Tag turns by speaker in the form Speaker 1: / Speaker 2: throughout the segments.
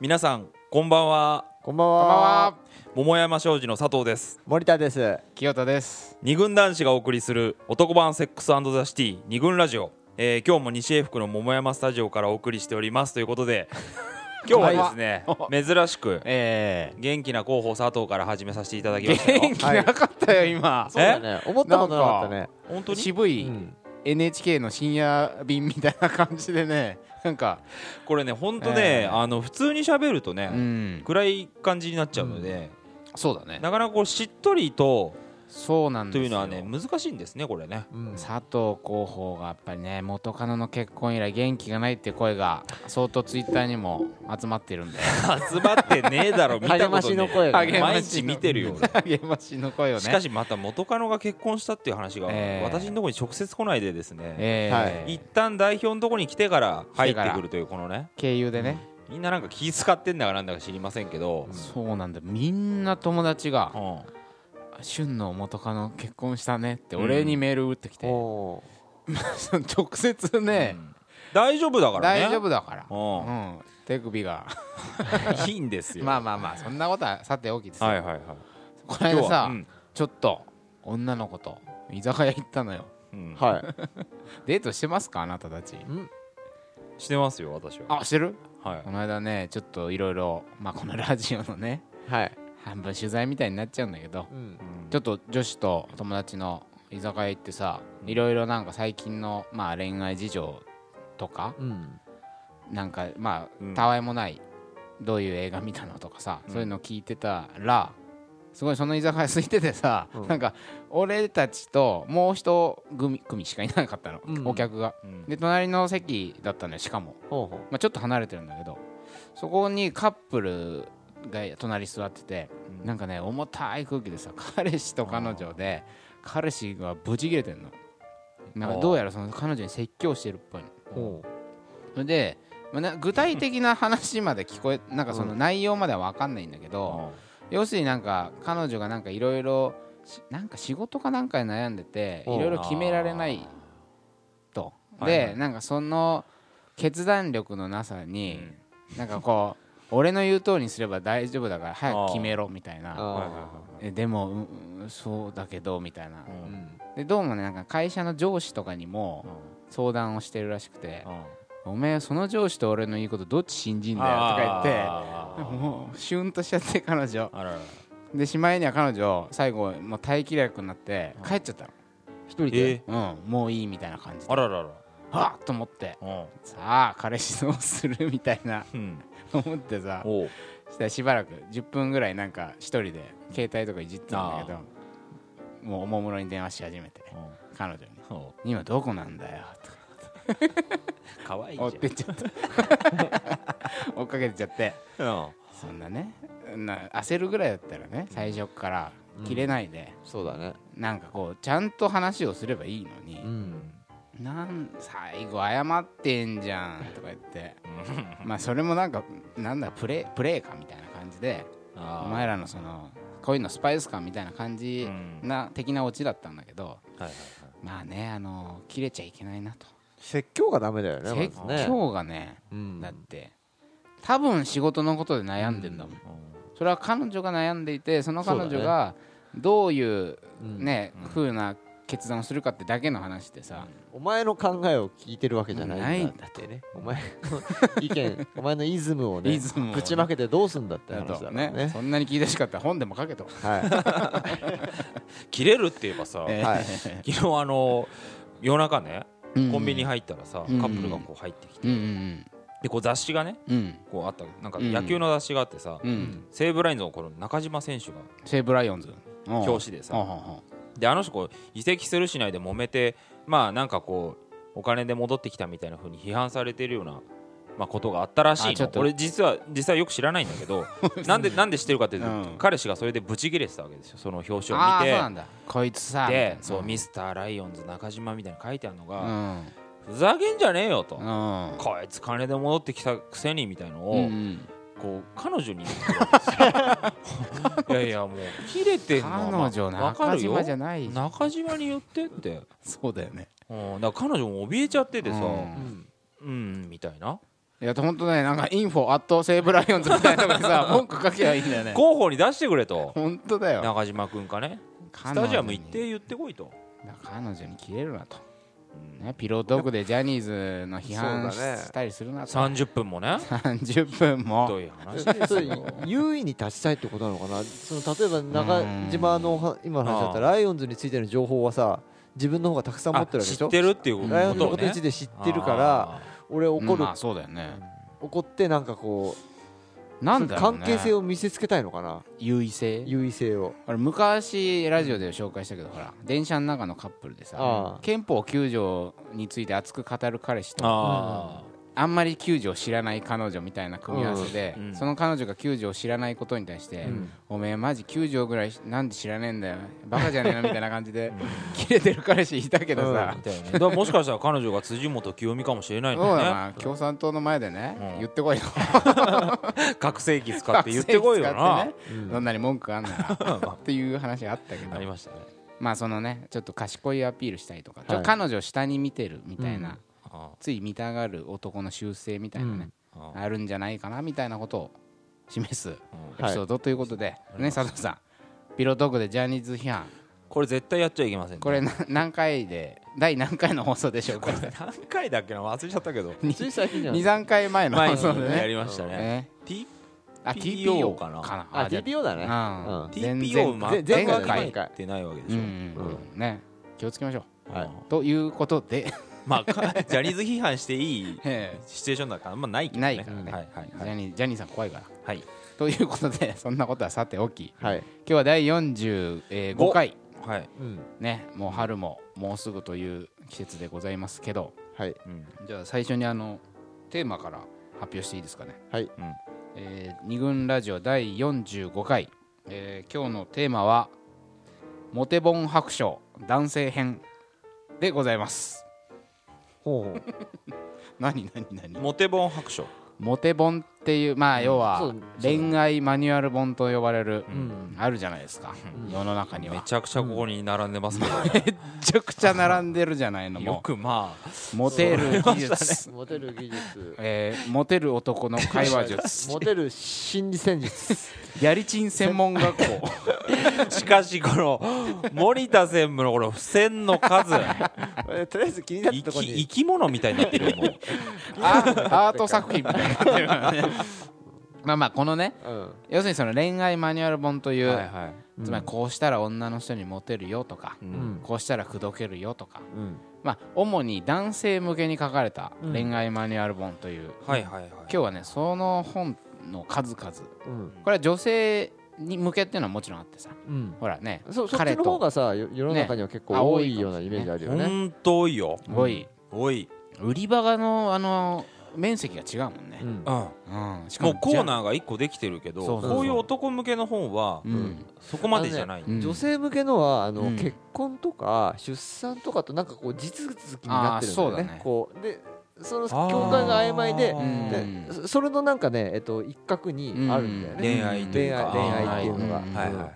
Speaker 1: 皆さんこんばんは
Speaker 2: こんばんは
Speaker 3: こんばんは
Speaker 1: 桃山商事の佐藤です
Speaker 2: 森田です
Speaker 3: 清田です
Speaker 1: 二軍男子がお送りする男版セックスザシティ二軍ラジオ、えー今日も西英福の桃山スタジオからお送りしておりますということで今日はですね珍しく
Speaker 3: え
Speaker 1: 元気な広報佐藤から始めさせていただきましたよ
Speaker 3: 元気なかったよ今
Speaker 2: そうだね思ったことなかったね
Speaker 1: 本当に
Speaker 3: 渋い
Speaker 2: うん、
Speaker 3: NHK の深夜便みたいな感じでねなんか
Speaker 1: これね本当ね、
Speaker 3: えー
Speaker 1: あの普通に喋るとね、
Speaker 3: うん
Speaker 1: 暗い感じになっちゃうので、
Speaker 3: そうだね
Speaker 1: なかなかこうしっとりと
Speaker 3: そうなん
Speaker 1: と
Speaker 3: です
Speaker 1: いう
Speaker 3: よ
Speaker 1: のはね難しいんですねこれね
Speaker 2: うん、
Speaker 3: 佐藤候補がやっぱりね元カノの結婚以来元気がないって声が相当ツイッターにも集まってる んで
Speaker 1: 集まってねえだろ見た
Speaker 2: 励
Speaker 1: こ
Speaker 2: ま
Speaker 1: と
Speaker 2: しの
Speaker 1: ね
Speaker 2: 声が、
Speaker 3: 励
Speaker 1: え
Speaker 3: まし
Speaker 1: 毎日見てるよ
Speaker 3: 励ましの声
Speaker 1: 俺
Speaker 3: をね
Speaker 1: しかしまた元カノが結婚したっていう話が
Speaker 3: ええ
Speaker 1: 私のところに直接来ないでですね
Speaker 3: えー
Speaker 1: 一旦代表のところに来てから入って
Speaker 3: 来てか
Speaker 1: く
Speaker 3: ら
Speaker 1: るというこのね
Speaker 3: 経由でね、
Speaker 1: みんななんか気使ってんだかなんだか知りませんけど
Speaker 3: そうなんだみんな友達が
Speaker 1: うん
Speaker 3: 「旬の元カノ結婚したね」ってお礼にメール打ってきて、
Speaker 2: おー
Speaker 3: 直接ね、
Speaker 1: うん大丈夫だからね
Speaker 3: 大丈夫だから、
Speaker 1: うん
Speaker 3: うん手首が
Speaker 1: いいんですよ
Speaker 3: まあまあまあそんなことはさておきですよ、
Speaker 1: はいはいはい
Speaker 3: この間
Speaker 1: 今日は
Speaker 3: さ、
Speaker 1: うん
Speaker 3: ちょっと女の子と居酒屋行ったのよ
Speaker 1: うん
Speaker 2: は
Speaker 3: デートしてますかあなたたち
Speaker 1: してますよ私は
Speaker 3: あしてる
Speaker 1: はい
Speaker 3: この間ねちょっといろいろまあこのラジオのね
Speaker 2: いはい、
Speaker 3: 半分取材みたいになっちゃうんだけど
Speaker 2: うん
Speaker 1: うん
Speaker 3: ちょっと女子と友達の居酒屋行ってさいろいろなんか最近のまあ恋愛事情とか
Speaker 2: うん、
Speaker 3: なんかま
Speaker 1: うん
Speaker 3: あたわいもないどういう映画見たのとかさ、
Speaker 1: うん
Speaker 3: そういうの聞いてたらすごいその居酒屋空いててさ、
Speaker 2: うん
Speaker 3: なんか俺たちともう一組組しかいなかったの、
Speaker 2: うん
Speaker 3: お客が
Speaker 1: うん
Speaker 3: で隣の席だったのよしかも、
Speaker 2: ほうほ
Speaker 3: まあ、ちょっと離れてるんだけどそこにカップルが隣座ってて
Speaker 1: うん
Speaker 3: なんかね重たい空気でさ彼氏と彼女で彼氏がブチ切れてんのなんかどうやらその彼女に説教してるっぽいの
Speaker 2: うほ
Speaker 3: それで、まあな具体的な話まで聞こえなんかその内容までは分かんないんだけど、要するになんか彼女がなんかいろいろなんか仕事かなんかで悩んでて
Speaker 2: うん
Speaker 3: いろいろ決められないと
Speaker 1: あーはいは
Speaker 3: で
Speaker 1: い
Speaker 3: なんかその決断力のなさに、なんかこう俺の言う通りにすれば大丈夫だから早く決めろみたいうな
Speaker 1: はいはい
Speaker 2: あ
Speaker 3: えでもうんうんそうだけどみたいな
Speaker 1: はい
Speaker 2: ーうん
Speaker 3: でどうもねなんか会社の上司とかにも相談をしてるらしくて、おめえその上司と俺の言うことどっち信じんだよとか言ってもうシュンとしちゃって彼女
Speaker 1: あらら
Speaker 3: でしまいには彼女最後もう耐えきれなくなって帰っちゃった
Speaker 2: 一人で、
Speaker 1: えー
Speaker 3: のうんもういいみたいな感じで
Speaker 1: あららら
Speaker 3: はっと思って
Speaker 1: うん
Speaker 3: さあ彼氏どうするみたいな
Speaker 1: うん
Speaker 3: 思ってさ
Speaker 1: おう
Speaker 3: したらしばらく10分ぐらいなんか一人で携帯とかいじってたんだけどもうおもむろに電話し始めて彼女に
Speaker 1: おう
Speaker 3: 「今どこなんだよ」とか
Speaker 1: かわいい
Speaker 3: 追っ
Speaker 1: じ
Speaker 3: てっちゃった 追っかけてっちゃって
Speaker 1: ゃんうん
Speaker 3: そんなねな焦るぐらいだったらね最初から切れないで、
Speaker 2: そうだね
Speaker 3: なんかこうちゃんと話をすればいいのに
Speaker 2: う、ん
Speaker 3: なん最後謝ってんじゃんとか言ってまあそれもなんかなんだプレープレーかみたいな感じでお
Speaker 1: あー
Speaker 3: 前らのそのこういうのスパイス感みたいな感じ
Speaker 1: うん
Speaker 3: な、的なオチだったんだけど
Speaker 1: はいはいはい
Speaker 3: まあねあの切れちゃいけないなと
Speaker 2: 説教がダメだよね
Speaker 3: 説
Speaker 2: まずね
Speaker 3: 教がね
Speaker 2: うん
Speaker 3: だって多分仕事のことで悩んでんだもんそれは彼女が悩んでいてその彼女がどういう
Speaker 2: うん
Speaker 3: ね
Speaker 1: うん
Speaker 3: 風な決断をするかってだけの話でさ
Speaker 2: お前の考えを聞いてるわけじゃないんだ
Speaker 3: ないんだ
Speaker 2: ってねお前の意見お前のイズムをね
Speaker 3: リズムをね
Speaker 2: ぶちまけてどうすんだって
Speaker 3: だ
Speaker 2: 話だか
Speaker 3: と
Speaker 2: ら
Speaker 3: ね
Speaker 2: ね
Speaker 3: そんなに聞いてほしかったら本でも書けと
Speaker 2: は
Speaker 1: 切れるって言えばさ
Speaker 3: え
Speaker 2: い
Speaker 3: ー
Speaker 2: はい
Speaker 1: 昨日あの夜中ねコンビニ
Speaker 3: 入
Speaker 1: 入ったらさカ
Speaker 3: うん
Speaker 1: ップルがこう入ってきて
Speaker 3: うんうん
Speaker 1: でこう雑誌がね
Speaker 3: うんうん
Speaker 1: こうあったなんか野球の雑誌があってさ
Speaker 3: うん
Speaker 1: 西武ライオンズのこの中島選手が
Speaker 3: 西武ライオンズ表
Speaker 1: 表紙でさ
Speaker 3: は
Speaker 1: であの人こう移籍するしないで揉めてまあなんかこうお金で戻ってきたみたいな風に批判されてるような、まあ、ことがあったらし
Speaker 3: あ
Speaker 1: い
Speaker 3: ちょっ
Speaker 1: の
Speaker 3: と
Speaker 1: 俺実は実はよく知らないんだけ どなんでなんで知ってるかっていうと、
Speaker 3: うん
Speaker 1: 彼氏がそれでブチギレてたわけですよその表紙を
Speaker 3: ああ
Speaker 1: 見
Speaker 3: そう
Speaker 1: て
Speaker 3: なんだこいつさ
Speaker 1: でそう、ミ
Speaker 3: ス
Speaker 1: スターライオンズ中島みたいに書いてあるの
Speaker 3: う
Speaker 1: が、
Speaker 3: ん
Speaker 1: ふざけんじゃねえよと、
Speaker 3: うん
Speaker 1: こいつ金で戻ってきたくせにみたいの
Speaker 3: う
Speaker 1: を、
Speaker 3: ん
Speaker 1: こう彼女に言ってるわけですよ いやいやもう切れてんの
Speaker 3: 彼
Speaker 1: は
Speaker 3: 女
Speaker 1: まあわか
Speaker 3: 中
Speaker 1: るよ
Speaker 3: 島じゃない
Speaker 1: 中島に言ってって
Speaker 3: そうだよね
Speaker 1: うん、だから彼女も怯えちゃっててさ、
Speaker 3: う
Speaker 1: うんん、みたいな、
Speaker 3: いや本当ねなんかインフォアットセーブライオンズみたいなのにさ文句書けばいいんだよね
Speaker 1: 広報に出してくれと
Speaker 3: 本当だよ
Speaker 1: 中島君かねス
Speaker 3: ス
Speaker 1: タジアム行って言ってこいと
Speaker 3: 彼女に切れるなと、ね、ピロートークでジャニーズの批判し,、
Speaker 4: そうだね
Speaker 3: たりするなと
Speaker 1: 30分もね
Speaker 3: 30分も
Speaker 1: という話です
Speaker 2: それ
Speaker 1: よ
Speaker 2: 優位に立ちたいってことなのかなその例えば
Speaker 3: うん
Speaker 2: 中島のは今の話だったらライオンズについての情報はさ自分の方がたくさん持
Speaker 1: あ
Speaker 2: ってるわけでし
Speaker 1: 知っ
Speaker 2: ょ
Speaker 1: てるっていうこ
Speaker 2: ライオンズ
Speaker 1: と
Speaker 2: の
Speaker 1: を
Speaker 2: ことに
Speaker 1: ね
Speaker 2: ついて知ってるから俺怒る
Speaker 3: まあそうだよね
Speaker 2: 怒ってなんかこう
Speaker 3: なんだろう、ね、
Speaker 2: 関係性を見せつけたいのかな
Speaker 3: 優位性
Speaker 2: 優位性を
Speaker 3: あれ昔ラジオで紹介したけどほら電車の中のカップルで
Speaker 2: あ
Speaker 3: さ
Speaker 2: あ
Speaker 3: 憲法9条について熱く語る彼氏とあ
Speaker 1: あ
Speaker 3: んまり9条を知らない彼女みたいな組み合わせで、
Speaker 1: うんうん
Speaker 3: その彼女が9条を知らないことに対して「
Speaker 2: ん
Speaker 3: おめえマジ9条ぐらいなんで知らねえんだよバカじゃねえの」みたいな感じでキレてる彼氏いたけど
Speaker 1: あ
Speaker 3: さ、
Speaker 1: みたいなねだからもしかしたら彼女が辻元清美かもしれないん
Speaker 3: そうだ
Speaker 1: だ
Speaker 3: な共産党の前でね、
Speaker 1: うん
Speaker 3: 言ってこいよ
Speaker 1: よね覚醒器使って言ってこいよ
Speaker 3: 学
Speaker 1: な
Speaker 3: 生使ってねどんなに文句あんならっていう話あったけど
Speaker 1: ありましたね
Speaker 3: まあそのねちょっと賢いアピールしたりとか、
Speaker 2: い
Speaker 3: ちょっと彼女を下に見てるみたいな、
Speaker 1: あ
Speaker 3: つい見たがる男の習性みたいなね、
Speaker 1: あ
Speaker 3: あるんじゃないかなみたいなことを示すエピ
Speaker 2: はい
Speaker 3: ソードということで、ね佐藤さんピロトークでジャニーズ批判
Speaker 1: これ絶対やっちゃいけませんね
Speaker 3: これな何回で第何回の放送でしょ うか
Speaker 1: 何回だっけな忘れちゃったけど
Speaker 2: つい最近じゃない
Speaker 3: 23回前の
Speaker 1: 前
Speaker 3: 放
Speaker 1: に
Speaker 3: 送で
Speaker 1: や
Speaker 3: ね
Speaker 1: りましたね
Speaker 3: ね
Speaker 1: T
Speaker 3: あ
Speaker 1: TPO
Speaker 3: TPO
Speaker 1: かな
Speaker 3: かな
Speaker 2: あ
Speaker 3: じゃ
Speaker 2: TPO だね
Speaker 3: あ
Speaker 2: うん
Speaker 3: 前
Speaker 1: TPO
Speaker 3: 々
Speaker 1: 全
Speaker 2: 前
Speaker 1: 然
Speaker 2: 回
Speaker 1: 書
Speaker 2: 前
Speaker 1: い
Speaker 2: 回
Speaker 1: てないわけで
Speaker 3: う
Speaker 1: し
Speaker 3: ん
Speaker 1: ょ
Speaker 3: うんうんね気をつけましょう、
Speaker 2: はい
Speaker 3: ということ で
Speaker 1: まあかジャニーズ批判していい
Speaker 3: え
Speaker 1: シチュエーションだからあんまないけどね
Speaker 3: ないからね
Speaker 1: はいはい
Speaker 3: えジ
Speaker 1: はい
Speaker 3: ャニージャニーさん怖いから
Speaker 1: はい
Speaker 3: ということで そんなことはさておき
Speaker 2: はい
Speaker 3: 今日は第45回
Speaker 1: はい
Speaker 2: うん
Speaker 3: ねもう春ももうすぐという季節でございますけど
Speaker 2: はい
Speaker 1: うん
Speaker 3: じゃあ最初にあのテーマから発表していいですかね
Speaker 2: はい
Speaker 1: うん
Speaker 3: えー二軍ラジオ第45回、えー今日のテーマは「モテ本白書男性編」でございます
Speaker 2: ほうほう
Speaker 3: 何何何
Speaker 1: モテ本白書
Speaker 3: モテ本っていうまあ要
Speaker 2: そ
Speaker 3: は
Speaker 2: う
Speaker 3: 恋愛マニュアル本と呼ばれる、
Speaker 2: ん
Speaker 3: あるじゃないですか、世の中には
Speaker 1: め
Speaker 3: め
Speaker 1: ちゃくちゃここに並んでますけどね
Speaker 3: ちゃくちゃ並んでるじゃないの
Speaker 1: よ
Speaker 3: も
Speaker 1: くまあ
Speaker 3: うモテる技 術、
Speaker 2: モテる技 術
Speaker 3: えーモテる男の会話術
Speaker 2: モテる心理戦術
Speaker 3: やりちん専門学校
Speaker 1: しかしこの森田専務のこの付箋の数
Speaker 2: えとりあえず気になった
Speaker 1: 生
Speaker 2: とこ
Speaker 1: き
Speaker 2: に
Speaker 1: 生き物みたいになってるよもう
Speaker 3: あアート作品みたいになってるからねまあまあこのね
Speaker 2: うん
Speaker 3: 要するにその恋愛マニュアル本という、
Speaker 1: はいはい
Speaker 3: つまりこうしたら女の人にモテるよとか、
Speaker 2: ん
Speaker 3: こうしたら口説けるよとか、
Speaker 2: うん
Speaker 3: まあ、主に男性向けに書かれた
Speaker 2: うん
Speaker 3: 恋愛マニュアル本という、
Speaker 1: はいはいはい
Speaker 3: 今日はねその本の数々
Speaker 2: うん
Speaker 3: これは女性に向けっていうのはもちろんあってさ
Speaker 2: うん
Speaker 3: ほらね
Speaker 2: そそっ
Speaker 3: 彼
Speaker 2: ち
Speaker 3: と
Speaker 2: の方がさよ世の中には結構多いようなイメージあるよね
Speaker 1: 本当多いよ
Speaker 3: 多い、
Speaker 1: 多い
Speaker 3: 売り場のあの面積が違うもんね
Speaker 2: う、ん
Speaker 1: うん
Speaker 3: うんしか
Speaker 1: も
Speaker 3: も
Speaker 1: うコー
Speaker 3: ー
Speaker 1: ナーが1個できてるけど
Speaker 3: そうそうそう
Speaker 1: こういう男向けの本は
Speaker 3: うん
Speaker 1: そこまでじゃない
Speaker 3: うん
Speaker 2: 女性向けのはあの、
Speaker 3: うん
Speaker 2: 結婚とか出産とかとなんかこう地続きになってるんだよ
Speaker 3: あーそうだ
Speaker 2: ね
Speaker 3: ね
Speaker 2: こうでその境
Speaker 1: あー
Speaker 2: 界が曖昧で
Speaker 1: うん
Speaker 2: でそそれのなんかね、えっと、一角にあるんだよ
Speaker 3: うん
Speaker 2: ね、
Speaker 1: 恋愛というか
Speaker 2: 恋愛恋愛っていうのが、
Speaker 3: うん
Speaker 2: うん
Speaker 1: はいはいはい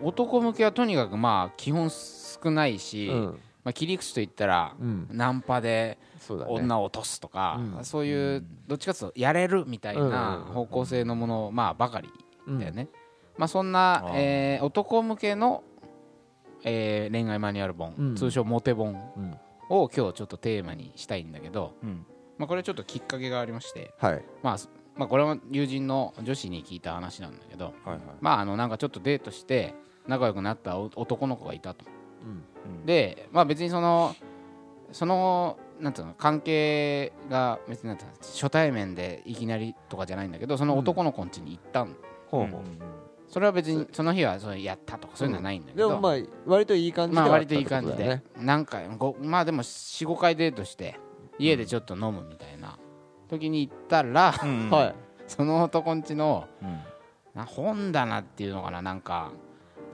Speaker 3: 男向けはとにかくまあ基本少ないし、
Speaker 2: うん
Speaker 3: まあ、切り口といったら、
Speaker 2: うん
Speaker 3: ナンパで
Speaker 2: そうだね
Speaker 3: 女を落とすとか、
Speaker 2: うん
Speaker 3: そういうどっちかというとやれるみたいな
Speaker 2: うん
Speaker 3: 方向性のもの、まあ、ばかり
Speaker 2: うん
Speaker 3: だよね、まあ、そんな
Speaker 1: あ、ー
Speaker 3: えー男向けの、えー恋愛マニュアル本、
Speaker 2: うん
Speaker 3: 通称モテ本
Speaker 2: うん
Speaker 3: を今日ちょっとテーマにしたいんだけど、
Speaker 1: うん
Speaker 3: まあ、これちょっときっかけがありまして、
Speaker 2: はい
Speaker 3: まあすまあ、これは友人の女子に聞いた話なんだけど、
Speaker 1: はいはい
Speaker 3: まあ、あのなんかちょっとデートして仲良くなったお男の子がいたと。
Speaker 2: うん
Speaker 3: で、まあ、別にそのそのなんていうの関係が別になんていうの初対面でいきなりとかじゃないんだけどその男の子ん家に行ったん、
Speaker 2: ほう
Speaker 1: う
Speaker 2: ほ
Speaker 1: ん
Speaker 3: それは別にその日はそれやったとかそういうのはないんだ
Speaker 2: う
Speaker 3: け
Speaker 2: で
Speaker 3: ど、
Speaker 2: もまあ割といい感じで
Speaker 3: まあ
Speaker 2: はあっ
Speaker 3: 割
Speaker 2: た
Speaker 3: と
Speaker 2: っ
Speaker 3: い
Speaker 2: て
Speaker 3: い
Speaker 2: ことだよ
Speaker 3: 感じ
Speaker 2: ね
Speaker 3: で、何回ごまあでも45回デートして家でちょっと飲むみたいな時に行ったら、
Speaker 1: うんうん
Speaker 2: はい
Speaker 3: その男ん家の
Speaker 1: うん
Speaker 3: な本棚っていうのかななんか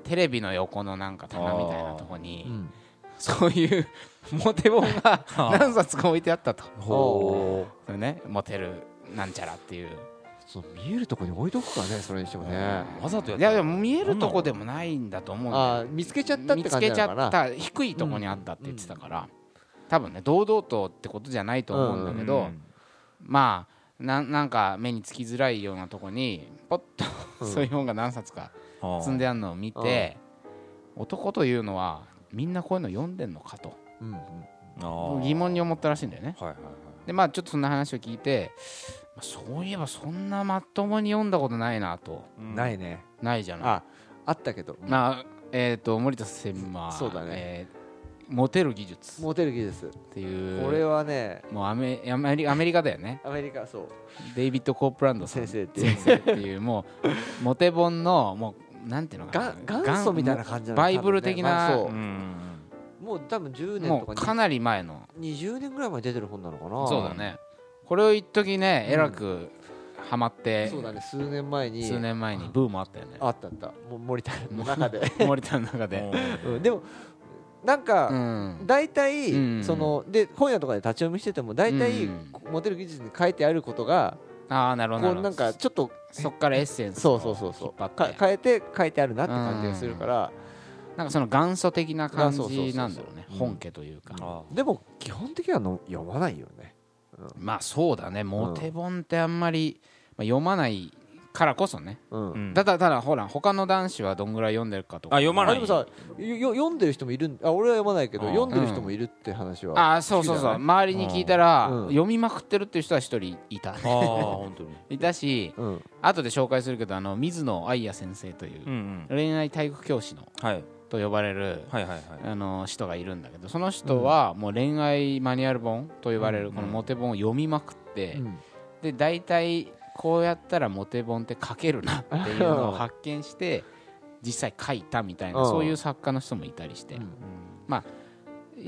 Speaker 3: テレビの横のなんか棚みたいなとこに。
Speaker 2: うん
Speaker 3: そういうモテ本が何冊か置いてあったと。
Speaker 1: ほ
Speaker 3: それね、モテるなんちゃらっていう。
Speaker 2: そう見えるとこに置いとくからねそれにしてもね
Speaker 1: うわざとやっ
Speaker 3: い
Speaker 1: た
Speaker 3: やでも見えるとこでもないんだと思うんだよ
Speaker 2: あー見つけちゃったって
Speaker 3: 見つ
Speaker 2: 感
Speaker 3: け
Speaker 2: じ
Speaker 3: ち
Speaker 2: な
Speaker 3: ゃ
Speaker 2: の
Speaker 3: っ
Speaker 2: かな
Speaker 3: た低いとこにあったって言ってたから、多分ね堂々とってことじゃないと思うんだけど、
Speaker 1: うん
Speaker 3: まあなんなんか目につきづらいようなとこにポッと、
Speaker 2: うん
Speaker 3: そういう本が何冊か
Speaker 1: あ
Speaker 3: 積んであるのを見て男というのはみんなこういうの読んでんのかと
Speaker 2: うん
Speaker 1: あ
Speaker 3: 疑問に思ったらしいんだよね
Speaker 1: はいはい
Speaker 3: でまあちょっとそんな話を聞いてまあそういえばそんなまともに読んだことないなと
Speaker 1: はい
Speaker 2: ないいね
Speaker 3: ないじゃない
Speaker 2: ああったけど
Speaker 3: まあえっ、と森田専務は
Speaker 2: そうだね
Speaker 3: えーモテる技術っ
Speaker 2: モテる技術
Speaker 3: ていう
Speaker 2: 俺はね
Speaker 3: もうアメアメリアメリカだよね
Speaker 2: アメリカそう
Speaker 3: デイビッド・コープランドさん
Speaker 2: 先生っていう
Speaker 3: 先生っていうもうモテ本のもうなんていうのか
Speaker 2: が
Speaker 3: な
Speaker 2: 元祖みたいな感じなの
Speaker 3: バイブル的な
Speaker 2: 多分
Speaker 1: う
Speaker 2: ねまあ
Speaker 1: ん
Speaker 2: そうもう多分10年
Speaker 3: も
Speaker 2: と
Speaker 3: う
Speaker 2: か
Speaker 3: かなり前の
Speaker 2: 20年ぐらい前に出てる本なのかな
Speaker 3: そうだねこれを一時ねえらくハマって
Speaker 2: そうだね数年前に
Speaker 3: 数年前にブームあったよね
Speaker 2: あったあったもう森田の中 で、
Speaker 3: 森田の中で
Speaker 2: うん、でもなん
Speaker 3: う
Speaker 2: か
Speaker 3: ん
Speaker 2: 大体、
Speaker 3: うん
Speaker 2: そので本屋とかで立ち読みしてても大体、
Speaker 3: うん
Speaker 2: モテる技術に書いてあることが
Speaker 3: ああなるほど
Speaker 2: こ
Speaker 3: な
Speaker 2: うな
Speaker 3: る
Speaker 2: ん
Speaker 3: ほ
Speaker 2: か
Speaker 3: ど
Speaker 2: ちょっと
Speaker 3: そっからエッセンス
Speaker 2: そ
Speaker 3: を
Speaker 2: うそうそうそ
Speaker 3: 引っ
Speaker 2: う
Speaker 3: 張
Speaker 2: か
Speaker 3: って
Speaker 2: 変えて書いてあるなって感じがするから、
Speaker 3: なんかその元祖的な感じなんだろうね
Speaker 1: そうそうそうそう
Speaker 3: 本家というか
Speaker 1: あ
Speaker 2: でも基本的にはの読まないよね
Speaker 3: まあそうだねモテ本ってあんまりまあ読まないからこそね
Speaker 2: うん、
Speaker 1: うん
Speaker 3: ただただほら他の男子はどんぐらい読んでるかとか
Speaker 1: あ読まな
Speaker 2: あ
Speaker 1: い
Speaker 2: でもさよよ読んでる人もいるんあ俺は読まないけど
Speaker 1: あー
Speaker 2: 読んでる人もいるって話は、
Speaker 3: ああそうそうそう
Speaker 2: 好き
Speaker 3: 周りに聞いたら
Speaker 2: うん
Speaker 3: 読みまくってるっていう人は一人いた
Speaker 1: あ本当に
Speaker 3: いたし
Speaker 2: うん、
Speaker 3: 後で紹介するけどあの水野愛也先生という
Speaker 1: うんうん
Speaker 3: 恋愛体育教師の
Speaker 1: はい
Speaker 3: と呼ばれる
Speaker 1: はいはいはい
Speaker 3: あの人がいるんだけどその人はもう恋愛マニュアル本と呼ばれ
Speaker 1: う
Speaker 3: る
Speaker 1: ん
Speaker 3: このモテ本を読みまくって、
Speaker 2: うん
Speaker 3: で大体こうやったらモテ本って書けるなっていうのを発見 して実際書いたみたいな
Speaker 2: うん
Speaker 3: そういう作家の人もいたりして、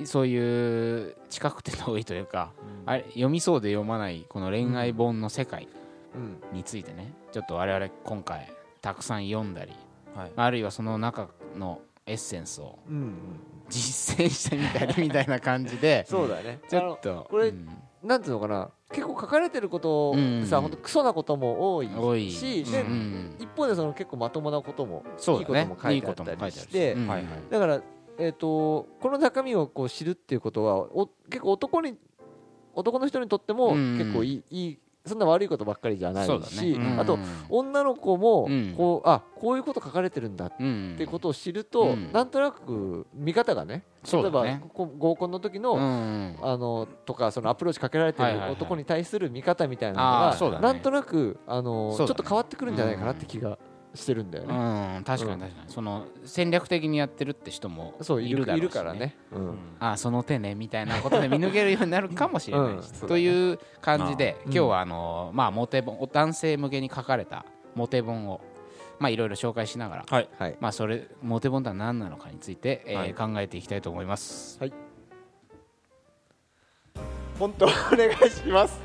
Speaker 3: そういう近くて遠いというか、あれ読みそうで読まないこの恋愛本の世界
Speaker 2: うん
Speaker 3: についてねちょっと我々今回たくさん読んだり
Speaker 1: はい
Speaker 3: あるいはその中のエッセンスを
Speaker 2: うんうん
Speaker 3: 実践してみた りみたいな感じで
Speaker 2: そうだね
Speaker 3: ちょっと
Speaker 2: これ
Speaker 3: うん
Speaker 2: なんていうのかな結構書かれてること
Speaker 3: うん
Speaker 2: さ、ほんとクソなことも多いし
Speaker 3: 多い
Speaker 2: で、
Speaker 3: うん
Speaker 2: 一方でその結構まともなことも
Speaker 3: そうだ
Speaker 2: いい
Speaker 3: ね
Speaker 2: ことも書いてあったりして
Speaker 3: うん
Speaker 1: はいはい
Speaker 2: だから、えー、とこの中身をこう知るっていうことはお結構男に男の人にとっても
Speaker 3: うん
Speaker 2: 結構いい,、いいそんな悪いことばっかりじゃないし、
Speaker 3: そうだねうん
Speaker 2: あと女の子も
Speaker 3: うん
Speaker 2: こう、あこういうこと書かれてるんだっ
Speaker 3: うん
Speaker 2: てことを知ると、
Speaker 3: うん
Speaker 2: なんとなく見方がね
Speaker 3: そう
Speaker 2: 例え
Speaker 3: だ
Speaker 2: ば、
Speaker 3: ね
Speaker 2: こ合コンの時の、
Speaker 3: うん
Speaker 2: あのとかそのアプローチかけられて
Speaker 3: はいはいは
Speaker 2: る
Speaker 3: い
Speaker 2: 男に対する見方みたいな
Speaker 3: あーそ
Speaker 2: の
Speaker 3: うだ
Speaker 2: が
Speaker 3: ね
Speaker 2: なんとなくあのち
Speaker 3: そ
Speaker 2: ょっ
Speaker 3: うだね
Speaker 2: と変わってくるんじゃないかなって気がしてるんだよ
Speaker 3: う
Speaker 2: ね。
Speaker 3: ん確かに確かにその戦略的にやってるって人も
Speaker 2: そうい
Speaker 3: いるだ
Speaker 2: る
Speaker 3: ろ
Speaker 2: いうる
Speaker 3: し
Speaker 2: からね。う
Speaker 1: うんん
Speaker 3: あその手ねみたいなことで見抜けるようになるかもしれな
Speaker 2: う
Speaker 3: い
Speaker 2: ん
Speaker 3: し
Speaker 2: そうだね
Speaker 3: という感じで
Speaker 2: うん
Speaker 3: 今日はあのまあモテ本お男性向けに書かれたモテ本をまあいろいろ紹介しながら
Speaker 1: はい
Speaker 2: はい。
Speaker 3: まあそれモテ本とは何なのかについてえー
Speaker 1: はい
Speaker 3: 考えていきたいと思います
Speaker 2: 本当お願いします。